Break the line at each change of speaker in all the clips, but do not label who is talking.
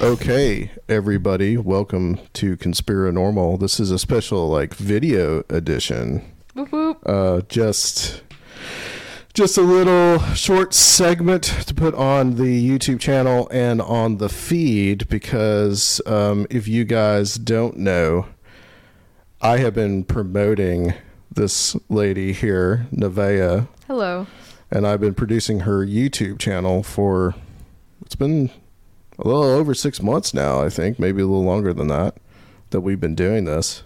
Okay, everybody, welcome to Conspiranormal. This is a special like video edition. Uh, just just a little short segment to put on the YouTube channel and on the feed because um, if you guys don't know, I have been promoting this lady here, Nevaeh,
Hello.
and I've been producing her YouTube channel for it's been a little over six months now, I think, maybe a little longer than that, that we've been doing this.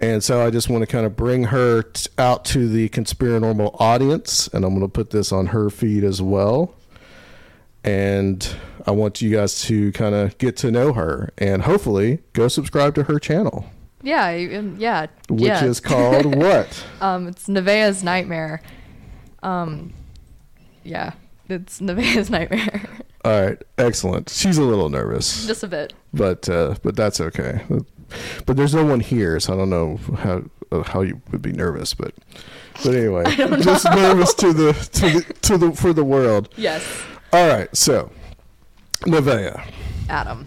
And so I just want to kind of bring her t- out to the conspiranormal audience, and I'm going to put this on her feed as well. And I want you guys to kind of get to know her and hopefully go subscribe to her channel,
Yeah, you- um, yeah.
which
yeah.
is called what?
um, it's Nevaeh's nightmare. Um, yeah, it's Nevaeh's nightmare.
All right, excellent. She's a little nervous.
Just a bit.
but uh, but that's okay. But there's no one here, so I don't know how uh, how you would be nervous. But but anyway, just nervous to the to the to the for the world.
Yes,
All right, so Nevaeh,
Adam.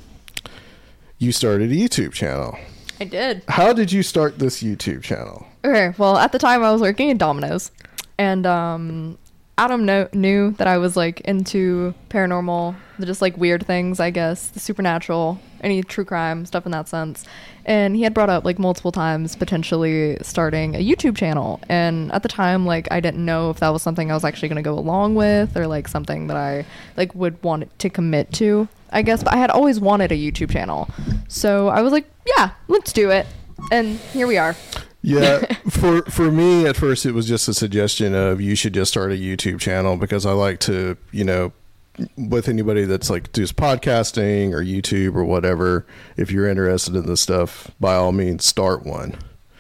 you started a YouTube channel.
I did.
How did you start this YouTube channel?
Okay. Well, at the time I was working at Domino's, and um, Adam kno- knew that I was like into paranormal, just like weird things, I guess, the supernatural, any true crime stuff in that sense. And he had brought up like multiple times potentially starting a YouTube channel. And at the time, like I didn't know if that was something I was actually going to go along with or like something that I like would want to commit to, I guess. But I had always wanted a YouTube channel, so I was like, yeah, let's do it. And here we are.
Yeah, for for me at first it was just a suggestion of you should just start a YouTube channel because I like to, you know, with anybody that's like does podcasting or YouTube or whatever, if you're interested in this stuff, by all means start one.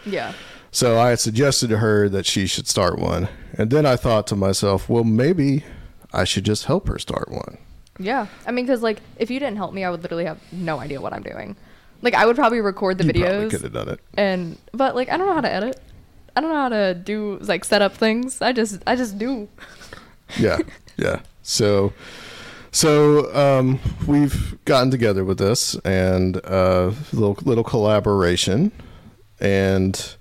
Yeah.
So I had suggested to her that she should start one. And then I thought to myself, well maybe I should just help her start one.
Yeah. I mean, because, like, if you didn't help me, I would literally have no idea what I'm doing. Like, I would probably record the
You probably
videos.
could have done it.
And, but, like, I don't know how to edit. I don't know how to do, like, set up things. I just, I just do.
yeah yeah so so um, we've gotten together with this and uh, little little collaboration and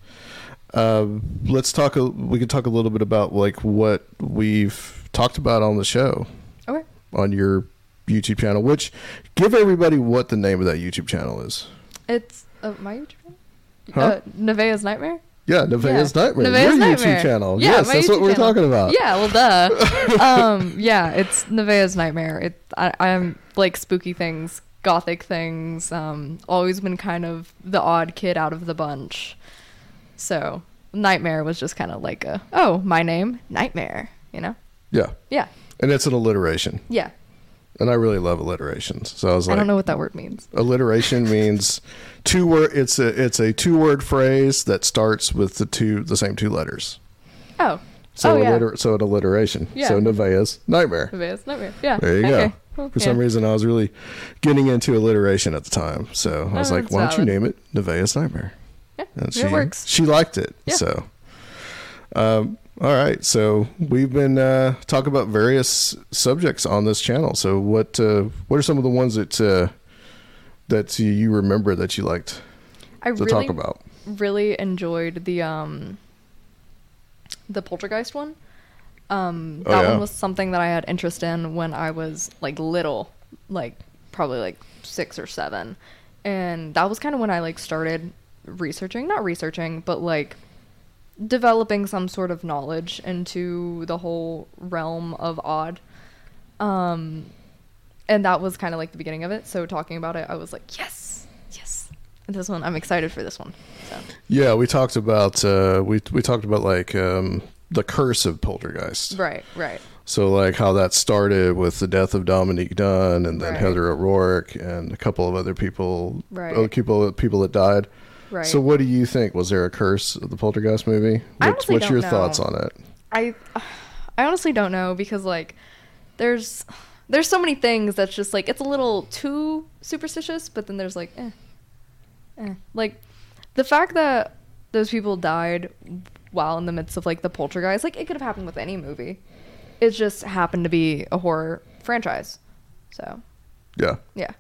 uh, let's talk a, we could talk a little bit about like what we've talked about on the show
Okay.
on your youtube channel which give everybody what the name of that youtube channel is
It's, uh, my YouTube channel?
Huh?
Uh, Nevaeh's Nightmare?
yeah nevaeh's
Yeah.
nightmare
Nevaeh's
your youtube
Nightmare.
channel
Yeah,
yes
my
that's what
YouTube
we're
channel.
talking about
Yeah, well, duh. um, yeah, it's Nevaeh's Nightmare. It, I, I'm like spooky things, gothic things. Um, always been kind of the odd kid out of the bunch. So Nightmare was just kind of like a oh, my name Nightmare. You know?
yeah
Yeah,
and it's an alliteration
yeah.
and i really love alliterations so i was like
I don't know what that word means.
alliteration means two word it's a it's a two word phrase that starts with the two the same two letters
Oh,
so
oh yeah,
alliter- so an alliteration
Yeah.
so nevaeh's nightmare
Nevaeh's Nightmare. Yeah.
there you
okay.
go
Well,
for some
yeah.
reason i was really getting into alliteration at the time so i was
Oh,
like
that's
why don't you
valid.
name it nevaeh's nightmare
Yeah,
and
it
she
works.
she liked it
Yeah.
so um all right so we've been uh talking about various subjects on this channel so what uh what are some of the ones that uh that you- you remember that you liked
I
to
really
talk about.
really enjoyed the um the poltergeist one. Um
Oh,
that
yeah.
one was something that I had interest in when I was like little, like probably like 6 or 7. And that was kind of when I like started researching, not researching, but like developing some sort of knowledge into the whole realm of odd. Um and that was kind of like the beginning of it. So talking about it, I was like, "Yes. Yes." this one I'm excited for this one. So
Yeah, we talked about uh, we we talked about like um, the curse of Poltergeist.
right, right,
So like how that started with the death of Dominique Dunn and then
Right.
Heather O'Rourke and a couple of other people,
Right.
other people people that died.
right.
So what do you think? Was there a curse of the Poltergeist movie?
I
What's,
honestly
what's
don't
your
know.
thoughts on it?
I I honestly don't know because like there's there's so many things that's just like it's a little too superstitious, but then there's like eh, eh. like the fact that those people died while in the midst of like the poltergeist, like it could have happened with any movie. It just happened to be a horror franchise. So
Yeah.
yeah.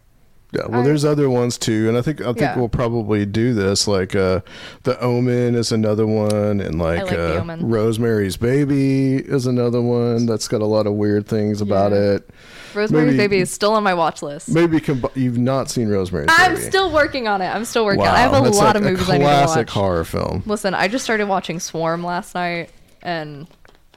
Yeah, well,
I-
there's other ones too, and I think I think
Yeah.
we'll probably do this. Like, uh, the Omen is another one, and like,
like The
uh,
Omen.
Rosemary's Baby is another one that's got a lot of weird things about
Yeah.
it.
Rosemary's
Maybe-
Baby is still on my watch list.
Maybe combi- you've not seen Rosemary's
I'm
Baby.
still working on it. I'm still working
wow,
on it. I have a
that's like
lot of movies
a
I need to watch.
classic horror film.
Listen, I just started watching Swarm last night, and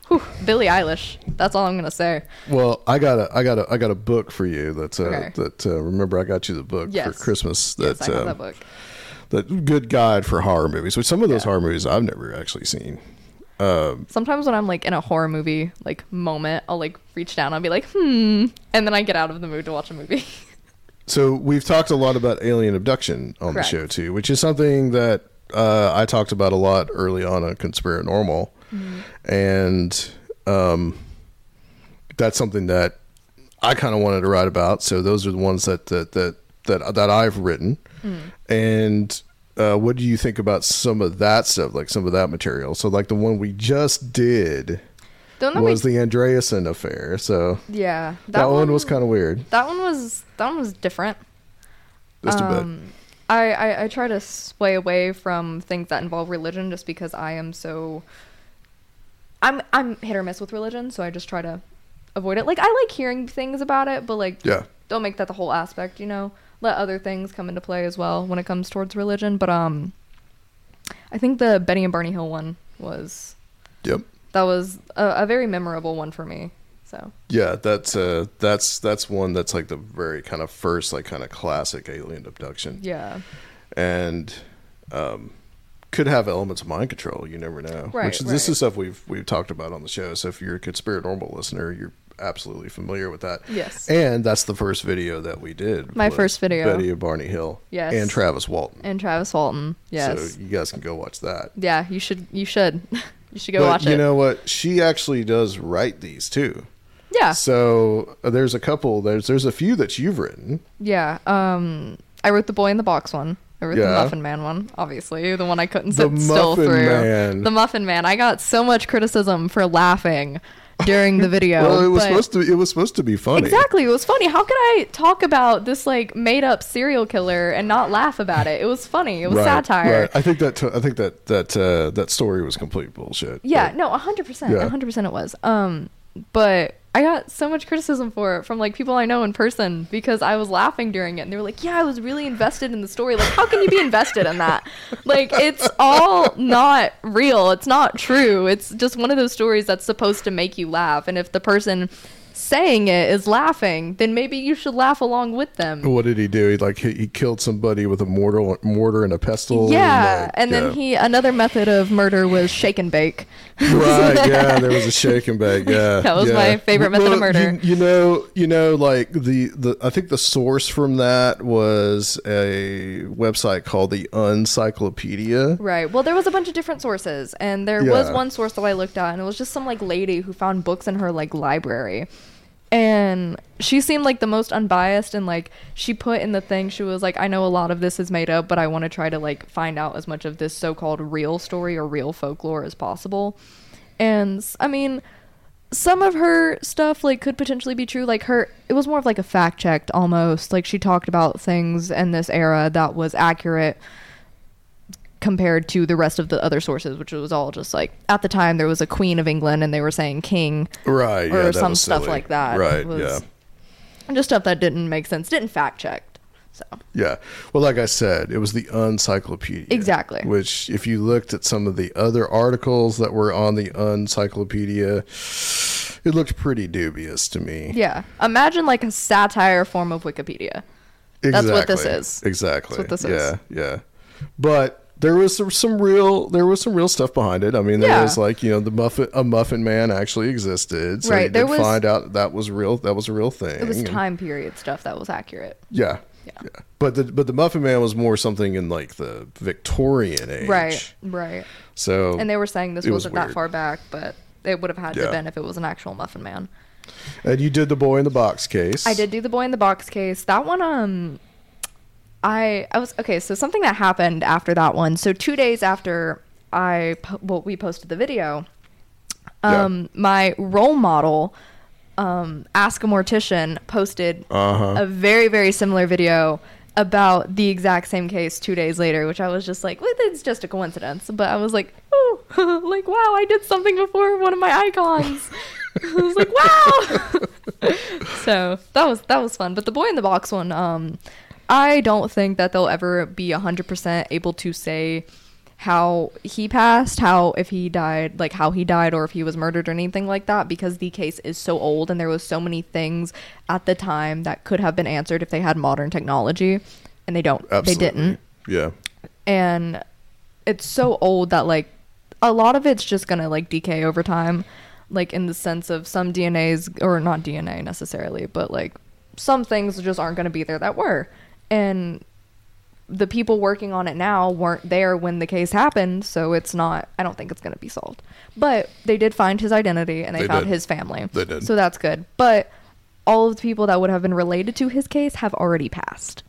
whew, Billie Eilish. That's all I'm gonna say.
Well, I got a, I got a, I got a book for you. That's uh,
Okay.
that uh, remember I got you the book
Yes.
for Christmas.
Yes,
That's
I have
um,
that book.
that good guide for horror movies. Which some of those horror movies I've never actually seen.
Sometimes when I'm like in a horror movie like moment, I'll like reach down. I'll be like, hmm, and then I get out of the mood to watch a movie.
So we've talked a lot about alien abduction on
Correct.
the show too, which is something that uh, I talked about a lot early on on Conspiranormal, and um, that's something that I kind of wanted to write about. So those are the ones that that that that, that I've written. And uh, what do you think about some of that stuff, like some of that material? So like the one we just did
Don't know.
was the Andreasen affair. So
yeah,
that, one, was kind of weird.
that one was that one was different.
Just a bit.
Um, I, I, I try to sway away from things that involve religion just because I am so I'm I'm hit or miss with religion, so I just try to avoid it. Like I like hearing things about it, but like
Yeah.
don't make that the whole aspect, you know. Let other things come into play as well when it comes towards religion. But um I think the Betty and Barney Hill one was
Yep.
that was a, a very memorable one for me. So
Yeah, that's uh that's that's one that's like the very kind of first like kind of classic alien abduction.
yeah.
And um could have elements of mind control, you never know.
Right,
Which this
right.
is stuff we've we've talked about on the show. So if you're a conspiranormal listener, you're absolutely familiar with that.
Yes.
And that's the first video that we did.
My
was
first video.
Betty and Barney Hill.
Yes.
And Travis Walton.
And Travis Walton. Yes.
So you guys can go watch that.
yeah, you should you should. you should go
but
watch
you
it.
know what? She actually does write these too.
yeah.
So uh, there's a couple. There's there's a few that you've written.
Yeah. Um, I wrote the boy in the box one. I wrote
Yeah.
the Muffin Man one, obviously, the one I couldn't
The
sit still
Muffin
through.
Man.
The Muffin Man. I got so much criticism for laughing during the video.
Well, it was
but-
supposed to. It was supposed to be funny.
Exactly, it was funny. How could I talk about this like made up serial killer and not laugh about it? It was funny. It was
Right,
satire.
right. I think that. I think that that uh, that story was complete bullshit.
Yeah,
But
no, a hundred percent,
Yeah.
a hundred percent, it was. Um, but I got so much criticism for it from like people I know in person because I was laughing during it, and they were like, "Yeah, I was really invested in the story. Like, how can you be invested in that? Like, it's all not real. It's not true. It's just one of those stories that's supposed to make you laugh. And if the person saying it is laughing, then maybe you should laugh along with them.
What did he do? He like he, he killed somebody with a mortar mortar and a pestle.
Yeah, and
like,
then he another method of murder was shake and bake.
yeah. right. Yeah, there was a shake and bake. Yeah,
That was
yeah.
my favorite method of
Well, you-
murder.
You, know, you know, like the the I think the source from that was a website called the Uncyclopedia.
Right. Well, there was a bunch of different sources, and there was
Yeah.
one source that I looked at, and it was just some like lady who found books in her like library, and she seemed like the most unbiased, and like she put in the thing she was like, I know a lot of this is made up, but I want to try to like find out as much of this so-called real story or real folklore as possible, and s- I mean. Some of her stuff like could potentially be true. Like her, it was more of like a fact checked almost. Like she talked about things in this era that was accurate, compared to the rest of the other sources, which was all just like at the time there was a queen of England and they were saying king
Right.
or
yeah, that
some
was
stuff
silly.
like that.
Right.
It was-
yeah.
and Just stuff that didn't make sense, didn't fact checked. So
Yeah. Well, like I said, it was the Uncyclopedia.
Exactly.
Which, if you looked at some of the other articles that were on the Uncyclopedia, it looked pretty dubious to me.
yeah, imagine like a satire form of Wikipedia.
exactly.
that's what this is.
Exactly.
That's what this
yeah,
is.
Yeah. but there was some, some real there was some real stuff behind it. I mean, there
Yeah.
was like you know the muffin a muffin man actually existed. So
Right,
you did
there was-
find out that was real. That was a real thing.
It was
and-
time period stuff that was accurate.
yeah, yeah. But the but the muffin man was more something in like the Victorian age.
Right, right.
So
And they were saying this
It was
wasn't that
weird.
far back, but it would have had
Yeah.
to been if it was an actual Muffin Man.
and you did the boy in the box case.
I did do the boy in the box case. That one, um, I I was okay. So something that happened after that one. So two days after I po- well we posted the video,
Yeah.
um, my role model, um, Ask a Mortician, posted a very very similar video about the exact same case two days later, which I was just like, well, it's just a coincidence. But I was like, oh, like wow, I did something before one of my icons. I was like, wow. so that was that was fun. But the boy in the box one, um, I don't think that they'll ever be hundred percent able to say how he passed, how if he died, like how he died, or if he was murdered or anything like that, because the case is so old and there was so many things at the time that could have been answered if they had modern technology, and they don't.
Absolutely.
They didn't
Yeah.
and it's so old that like a lot of it's just gonna like decay over time like in the sense of some dna's or not dna necessarily but like some things just aren't gonna be there that were and the people working on it now weren't there when the case happened so it's not i don't think it's gonna be solved but they did find his identity and they,
They
found
did.
his family
They did.
so that's good but all of the people that would have been related to his case have already passed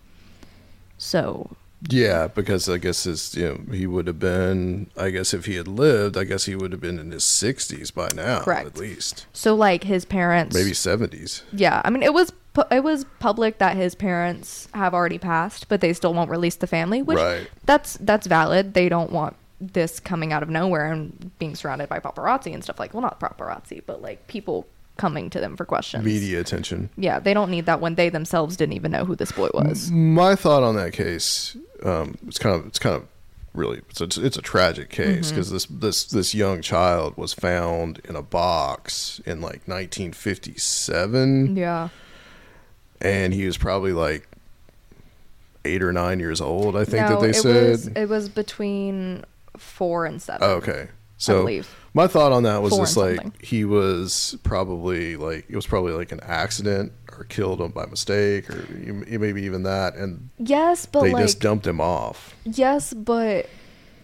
so
Yeah, because I guess his you know, he would have been I guess if he had lived, I guess he would have been in his sixties by now,
Correct.
at least.
So like his parents,
Maybe seventies.
Yeah, I mean it was pu- it was public that his parents have already passed, but they still won't release the family, which
Right.
that's that's valid. They don't want this coming out of nowhere and being surrounded by paparazzi and stuff like well not paparazzi, but like people coming to them for questions.
Media attention.
Yeah, they don't need that when they themselves didn't even know who this boy was.
My thought on that case, um, it's kind of it's kind of really it's a, it's a tragic case
Mm-hmm.
because this this this young child was found in a box in like 1957,
Yeah.
and he was probably like eight or nine years old. I think
no,
that they
it
said Oh,
was it was between 4 and 7.
Okay. So
believe.
my thought on that was
Four
this
and
like
something.
he was probably like it was probably like an accident or killed him by mistake or you- you- maybe even that and
Yes, but
they
like
just dumped him off.
Yes, but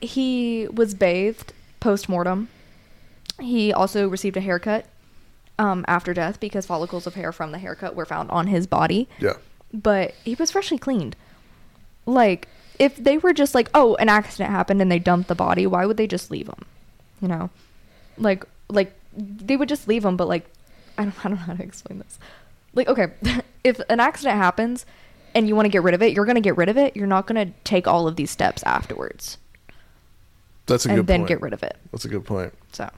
he was bathed post mortem. He also received a haircut um, after death because follicles of hair from the haircut were found on his body.
Yeah.
But he was freshly cleaned. Like, if they were just like, oh, an accident happened and they dumped the body, why would they just leave him? You know, like, like they would just leave him. But like, I don't, I don't know how to explain this. Like, okay, if an accident happens and you want to get rid of it, you're gonna get rid of it. You're not gonna take all of these steps afterwards
That's a
and
good
then
point.
get rid of it.
That's a good point.
So,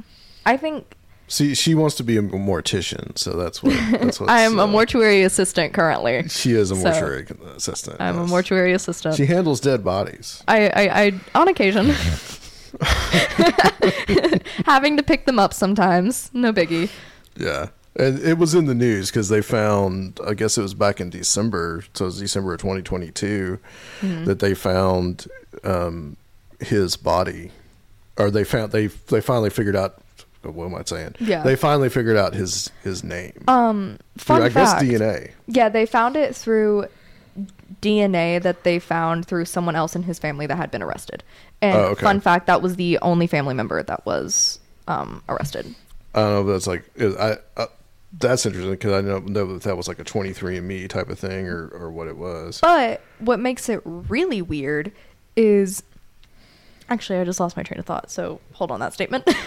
I think
See, she wants to be a mortician, so that's what that's what
I'm
uh,
a mortuary assistant currently.
She is a
so-
mortuary assistant.
I'm a
yes.
mortuary assistant.
She handles dead bodies.
I, I, I on occasion having to pick them up sometimes no biggie
Yeah. And it was in the news because they found, I guess it was back in December, so it was December of 2022,
Mm-hmm.
that they found um, his body, or they found they they finally figured out. What am I saying?
Yeah. Uh,
they finally figured out his his name. Um,
fun
I
fact
guess DNA.
yeah they found it through dna that they found through someone else in his family that had been arrested and
Oh, okay.
fun fact that was the only family member that was um, arrested
I don't know if that's like is- I. I that's interesting because I know, know that that was like a 23andMe type of thing or, or what it was.
But what makes it really weird is actually I just lost my train of thought. So hold on that statement.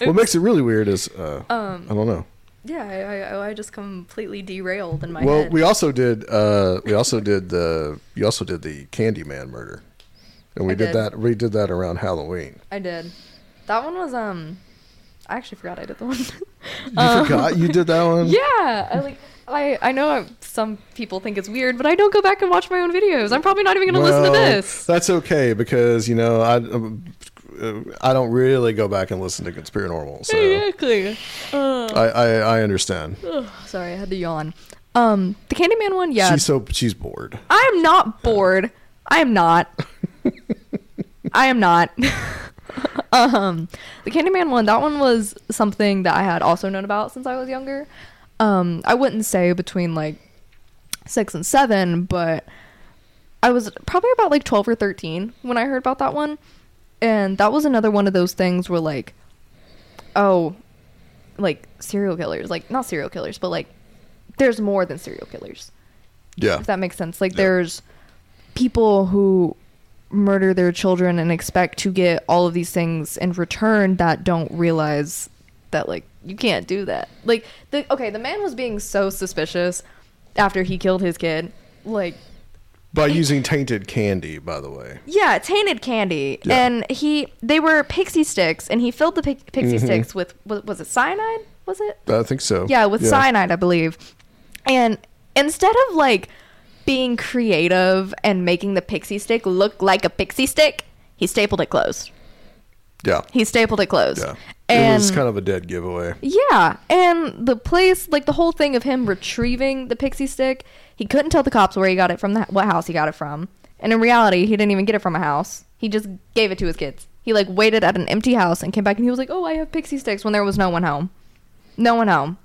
What makes it really weird is uh,
Um,
I don't know.
yeah, I, I, I just completely derailed in my
Well,
head.
we also did. Uh, we also did the. You also did the Candyman murder, and we
I
did.
did.
that. We did that around Halloween.
I did. That one was um. I actually forgot I did the one.
You forgot you did that one.
yeah, I like. I I know i some people think it's weird, but I don't go back and watch my own videos. I'm probably not even gonna listen to
Well,
this.
That's okay because you know I. um, uh, I don't really go back and listen to Conspiranormal, so
Exactly.
I, I, I understand.
Sorry, I had to yawn. Um, the Candyman one, yeah.
She's so she's bored.
I'm not bored. I am not. I am not. um, the Candyman one, that one was something that I had also known about since I was younger. Um, I wouldn't say between like six and seven, but I was probably about like 12 or 13 when I heard about that one. And that was another one of those things where, like, oh, like serial killers, like, not serial killers, but like, there's more than serial killers
Yeah.
if that makes sense. Like there's people who murder their children and expect to get all of these things in return that don't realize that like you can't do that. Like the okay, the man was being so suspicious after he killed his kid. Like
By using tainted candy, by the way.
yeah, tainted candy,
Yeah.
and he they were pixie sticks, and he filled the pic- pixie
Mm-hmm.
sticks with wa- was it cyanide? Was it?
I think so.
Yeah, with cyanide, I believe. And instead of like being creative and making the pixie stick look like a pixie stick, he stapled it closed.
Yeah.
He stapled it closed.
Yeah. it
And
was kind of a dead giveaway.
yeah, and the place, like the whole thing of him retrieving the pixie stick, he couldn't tell the cops where he got it from, the, what house he got it from. And in reality, he didn't even get it from a house. He just gave it to his kids. He like waited at an empty house and came back and he was like, "Oh, I have pixie sticks" when there was no one home. No one home.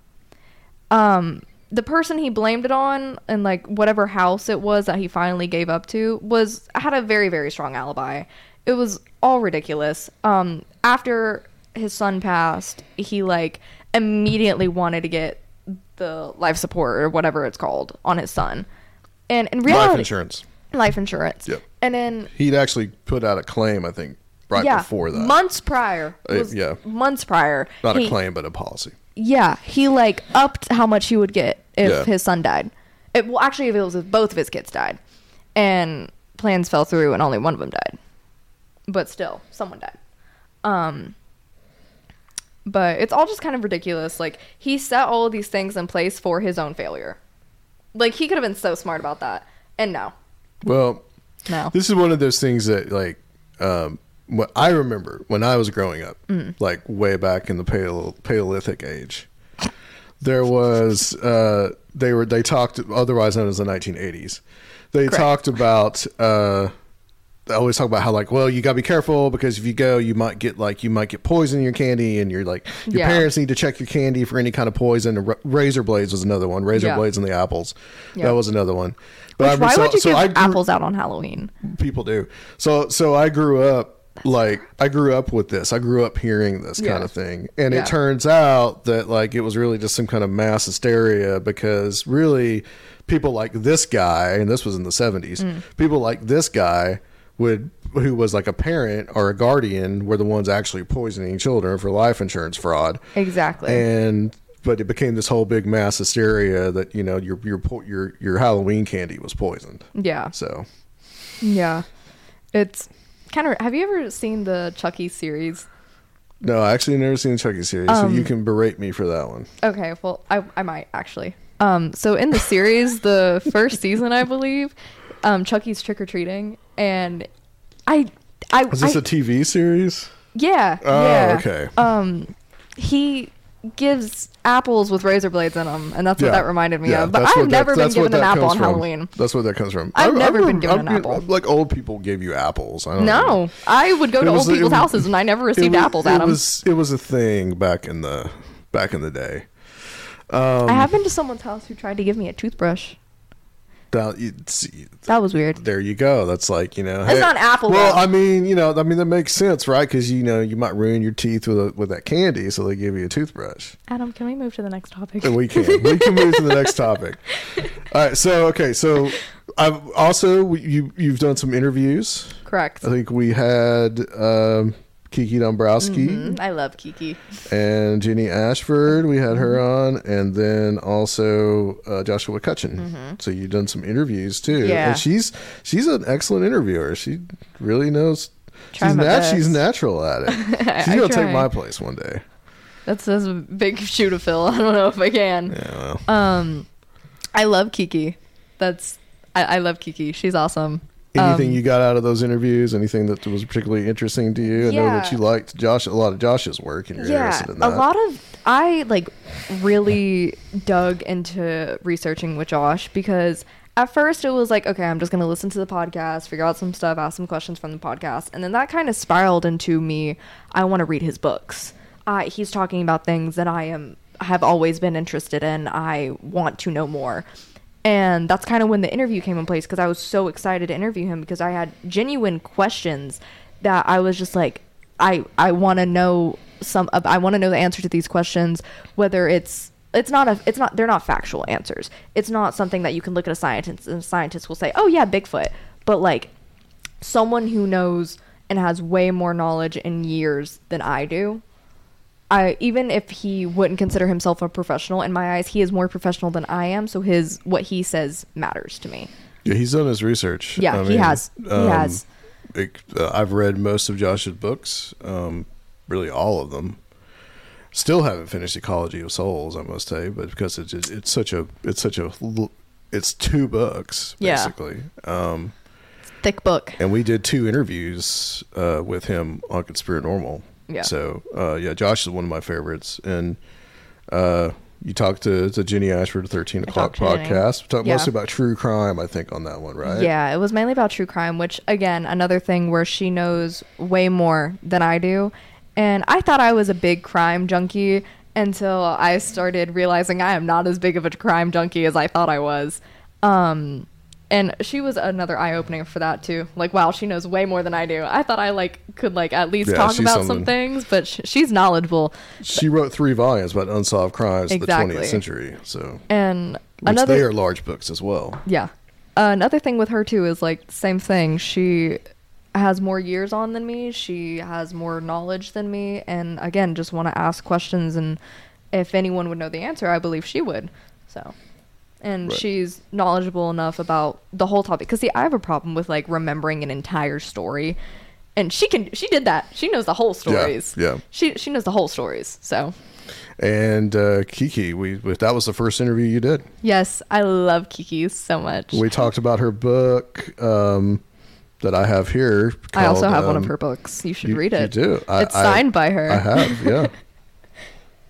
Um, the person he blamed it on and like whatever house it was that he finally gave up to was had a very very strong alibi. It was all ridiculous. Um, after his son passed, he like immediately wanted to get the life support or whatever it's called on his son. And in reality,
Life insurance.
Life insurance.
Yep.
And then
He'd actually put out a claim, I think, right
yeah,
before that.
months prior.
Uh,
was
yeah.
Months prior.
Not
he-
a claim, but a policy.
Yeah, he like upped how much he would get if
Yeah.
his son died. It, well, actually, if it was if both of his kids died, and plans fell through, and only one of them died. But still, someone died. Um, but it's all just kind of ridiculous. Like he set all of these things in place for his own failure. Like he could have been so smart about that, and no,
Well,
no,
this is one of those things that, like, um, what I remember when I was growing up,
Mm.
like way back in the pale, Paleolithic age, there was uh, they were they talked otherwise known as the 1980s. They talked about uh, they always talk about how like well you got to be careful because if you go you might get like you might get poison in your candy and you're like your
Yeah.
parents need to check your candy for any kind of poison. And ra- razor blades was another one. Razor
Yeah.
blades and the apples
Yeah.
that was another one. But
Which,
remember-
why would you give
I grew-
apples out on Halloween?
people do. So so I grew up like I grew up with this. I grew up hearing this kind
Yeah.
of thing. And
Yeah.
it turns out that like it was really just some kind of mass hysteria because really people like this guy and this was in the 70s.
Mm.
People like this guy would who was like a parent or a guardian were the ones actually poisoning children for life insurance fraud.
Exactly.
And but it became this whole big mass hysteria that you know your your po- your your Halloween candy was poisoned.
yeah.
So
Yeah. It's kind of. Have you ever seen the Chucky series?
No, I actually never seen the Chucky series, so
Um,
you can berate me for that one.
Okay, well, I, I might actually. Um, so in the series, the first season, I believe, um, Chucky's trick or treating, and I, I,
Is this
I-
a TV series?
yeah,
Oh,
yeah.
okay.
Um, he gives apples with razor blades in them, and that's
Yeah.
what that reminded me
Yeah,
of. But
that's
I've
what that-
never been
that's what
given an
that
apple
comes
on
from.
Halloween.
That's what that comes from.
I've never been given
I'm-
an apple.
Like old people give you apples. I don't know.
No, I would go
It
to
was-
old people's
it was-
houses, and I never
It
received
was-
apples.
It
Adam,
was it was a thing back in the back in the day. um,
I have been to someone's house who tried to give me a toothbrush.
Now, it's-
That was weird.
there you go. That's like you know.
It's not apple,
Well,
though.
I mean, you know, I mean that makes sense, right? Because you know you might ruin your teeth with a, with that candy, so they give you a toothbrush.
Adam, can we move to the next topic?
we can we can move to the next topic all right so okay so i've also we- you you've done some interviews
Correct.
i think we had um kiki dombrowski
Mm, I love Kiki.
and jenny ashford we had her
Mm-hmm.
on and then also uh, joshua cutchin so you've done some interviews too
Mm-hmm. Yeah.
and she's she's an excellent interviewer she really knows
Try
she's,
my
nat- she's
best.
natural at it she's gonna
try.
take my place one day
That's, that's a big shoe to fill. I don't know if I can.
yeah, well,
Um, I love Kiki. That's I, I love Kiki. She's awesome.
anything
Um,
you got out of those interviews anything that was particularly interesting to you i know that
Yeah.
you liked josh a lot of josh's work and you're
Yeah,
interested in
a
that
lot of I like really dug into researching with Josh because at first it was like, okay, I'm just going to listen to the podcast, figure out some stuff, ask some questions from the podcast. And then that kind of spiraled into me, I want to read his books. Uh, he's talking about things that I am have always been interested in. I want to know more. And that's kind of when the interview came in place because I was so excited to interview him because I had genuine questions that I was just like, I I want to know some. I want to know the answer to these questions, whether it's it's not a it's not they're not factual answers. It's not something that you can look at a scientist and scientists will say, "Oh yeah, Bigfoot." But like someone who knows and has way more knowledge in years than I do. I even if he wouldn't consider himself a professional in my eyes, he is more professional than I am, so his what he says matters to me.
Yeah, he's done his research.
Yeah,
I
he
mean,
has. He
um,
has.
it- uh, I've read most of Josh's books, um, really all of them. Still haven't finished Ecology of Souls, I must say, but because it's just- it's such a it's such a l- it's two books
Yeah.
basically, um,
Thick book.
and we did two interviews uh, with him on Conspiranormal.
Yeah.
So uh, yeah, Josh is one of my favorites, and uh, you talked to to Jenny Ashford, Thirteen O'clock
talked to Jenny.
podcast. We talked
Yeah.
mostly about true crime, I think, on that one, right?
Yeah, it was mainly about true crime, which again, another thing where she knows way more than I do. And I thought I was a big crime junkie until I started realizing I am not as big of a crime junkie as I thought I was. Um and she was another eye opener for that too. Like, wow, she knows way more than I do. I thought I like could like at least
Yeah,
talk
she's
about
something.
some things, but sh- she's knowledgeable.
She wrote three volumes about unsolved crimes
Exactly.
of the 20th century. So,
And
which
another
they are large books as well.
Yeah. Uh, another thing with her too is like same thing. She has more years on than me. She has more knowledge than me, and again, just want to ask questions. And if anyone would know the answer, I believe she would. So, and
Right.
she's knowledgeable enough about the whole topic. Because see, I have a problem with like remembering an entire story, and she can. She did that. She knows the whole stories.
yeah.
She she knows the whole stories. So
And uh, Kiki, we, we that was the first interview you did.
yes, I love Kiki so much.
We talked about her book um, that I have here.
I also
called,
have one of
um,
her books. You should
you-
read
you
it.
do. I-
it's
I-
signed by her.
I have, yeah.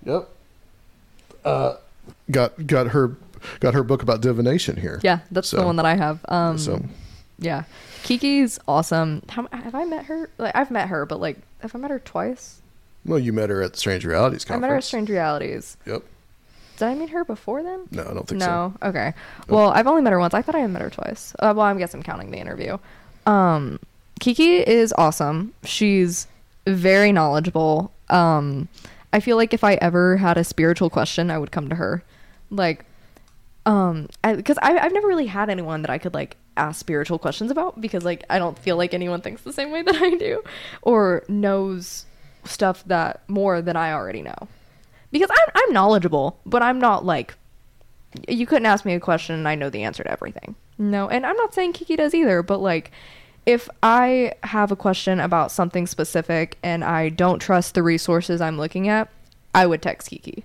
yep. Uh, got got her got her book about divination here.
Yeah, that's the
So-
one that I have. Um,
So
yeah, Kiki's awesome. How, have I met her? Like I've met her, but like have I met her twice?
well, you met her at the Strange Realities
I
conference.
met her at Strange Realities.
Yep.
Did I meet her before then?
No, I don't think so. Oh.
No. Okay. Well, I've only met her once. I thought I had met her twice. Uh, well, I guess I'm counting the interview. Um, Kiki is awesome. She's very knowledgeable. Um, I feel like if I ever had a spiritual question, I would come to her. Like, um, because I, I've never really had anyone that I could like ask spiritual questions about because like I don't feel like anyone thinks the same way that I do or knows stuff that more than I already know. Because I'm, I'm knowledgeable, but I'm not like you couldn't ask me a question and I know the answer to everything. No, and I'm not saying Kiki does either, but like if I have a question about something specific and I don't trust the resources I'm looking at, I would text Kiki.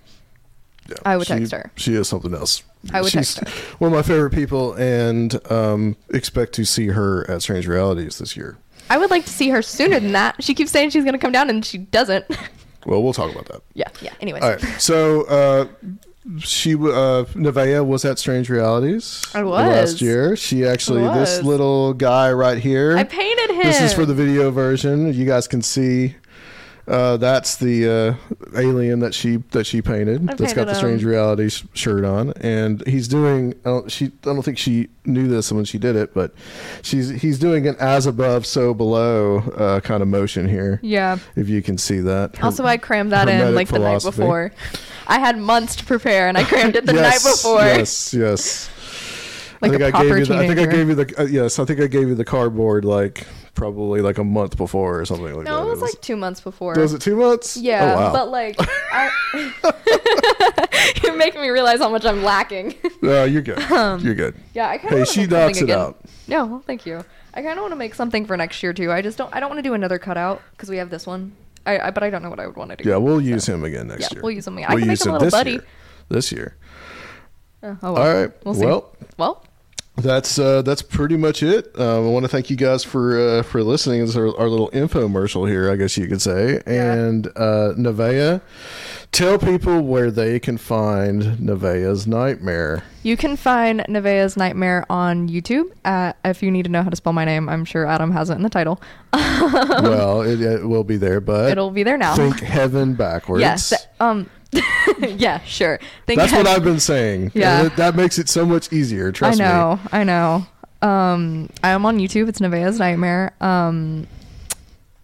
Yeah,
I would
she-
text her.
She is something else.
I would
She's
text her.
One of my favorite people, and um, expect to see her at Strange Realities this year.
I would like to see her sooner than that. She keeps saying she's going to come down and she doesn't.
Well, we'll talk about that.
yeah, yeah. Anyways,
All right. So uh, she, w- uh, Nevaeh, was at Strange Realities.
I
last
was.
year. She actually, this
was.
little guy right here.
I painted him.
This is for the video version. You guys can see. Uh, that's the uh, alien that she that she painted.
I
that's got
painted
the
him.
Strange Reality sh- shirt on, and he's doing. I don't, she, I don't think she knew this when she did it, but she's he's doing an as above, so below uh, kind of motion here.
Yeah.
if you can see that. Her-
Also, I crammed that in
hermetic
like the night
philosophy.
before. I had months to prepare and I crammed it the
Yes,
night before.
Yes, yes.
Like
I think
a
I
proper
gave you. The, I think I
teenager.
gave you the. Uh, yes, I think I gave you the cardboard like probably like a month before or something like that.
No, it was like two months before.
Was it two months?
Yeah,
Oh, wow.
but like, I, you're making me realize how much I'm lacking.
No, you're good. you're good.
um, yeah, I kind
Hey,
of.
she knocks it out.
No, well, thank you. I kind of want to make something for next year too. I just don't. I don't want to do another cutout because we have this one. I, I but I don't know what I would want to do.
Yeah, we'll use him again next
Yeah,
year.
we'll use him again. I can make
use
him a little
this
buddy.
year. This year.
Uh, oh, well.
All right.
We'll see.
well,
Well,
that's uh, that's pretty much it. Um, I want to thank you guys for uh, for listening. It's our, our little infomercial here, I guess you could say. And uh, Nevaeh, Tell people where they can find Nevaeh's Nightmare.
You can find Nevaeh's Nightmare on YouTube. Uh, if you need to know how to spell my name, I'm sure Adam has it in the title.
well, it, it will be there, but
It'll be there now.
think heaven backwards.
yes. Um. yeah. Sure. Think
That's what I've been saying.
Yeah.
That, that makes it so much easier.
I
Trust me.
know. I know. Um, I am on YouTube. It's Nevaeh's Nightmare. Um,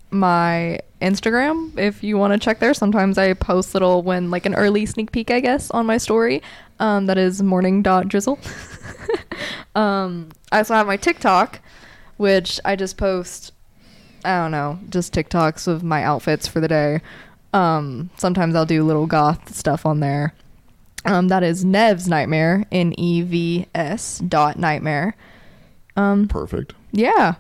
my Instagram, if you want to check there, sometimes I post little when like an early sneak peek, I guess, on my story. Um, that is morning dot drizzle. um, I also have my TikTok, which I just post. I don't know, just TikToks of my outfits for the day. Um, sometimes I'll do little goth stuff on there. Um, that is Nev's Nightmare, N E V S dot Nightmare.
Perfect.
Yeah,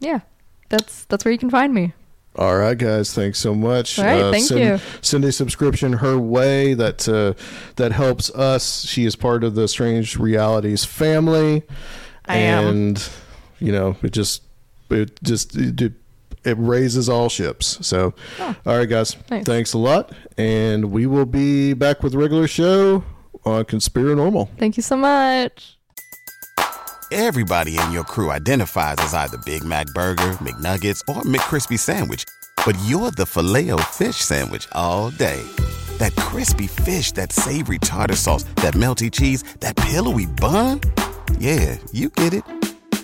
yeah, that's that's where you can find me.
All right, guys. Thanks so much. Uh,
All right, thank
send,
you.
Send a subscription her way. That uh, that helps us. She is part of the Strange Realities family.
I am.
and, you know, it just it just it, it- it raises all ships. So, all right, guys.
Nice.
Thanks a lot, and we will be back with regular show on Conspiranormal.
Thank you so much.
Everybody in your crew identifies as either Big Mac Burger, McNuggets, or McCrispy Sandwich. But you're the filet fish Sandwich all day. That crispy fish, that savory tartar sauce, that melty cheese, that pillowy bun. Yeah, you get it.